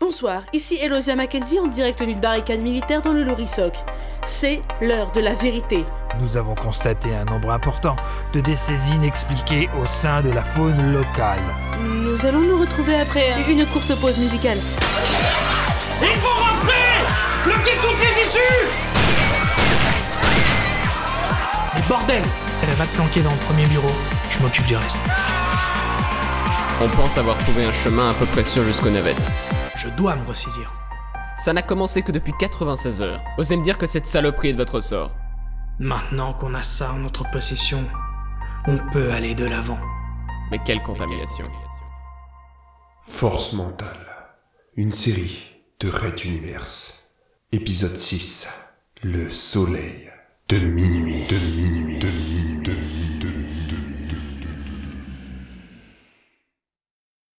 Bonsoir, ici Elosia Mackenzie en direct d'une barricade militaire dans le Lourisoc. C'est l'heure de la vérité. Nous avons constaté un nombre important de décès inexpliqués au sein de la faune locale. Nous allons nous retrouver après euh, une courte pause musicale. Il faut rentrer Bloquez toutes les issues Mais bordel Elle va te planquer dans le premier bureau. Je m'occupe du reste. On pense avoir trouvé un chemin à peu près sûr jusqu'aux navettes. Je dois me ressaisir. Ça n'a commencé que depuis 96 heures. Osez me dire que cette saloperie est de votre sort. Maintenant qu'on a ça en notre possession, on peut aller de l'avant. Mais quelle contamination. Force mentale. Une série de Red Universe. Épisode 6. Le soleil de minuit. De minuit. De minuit.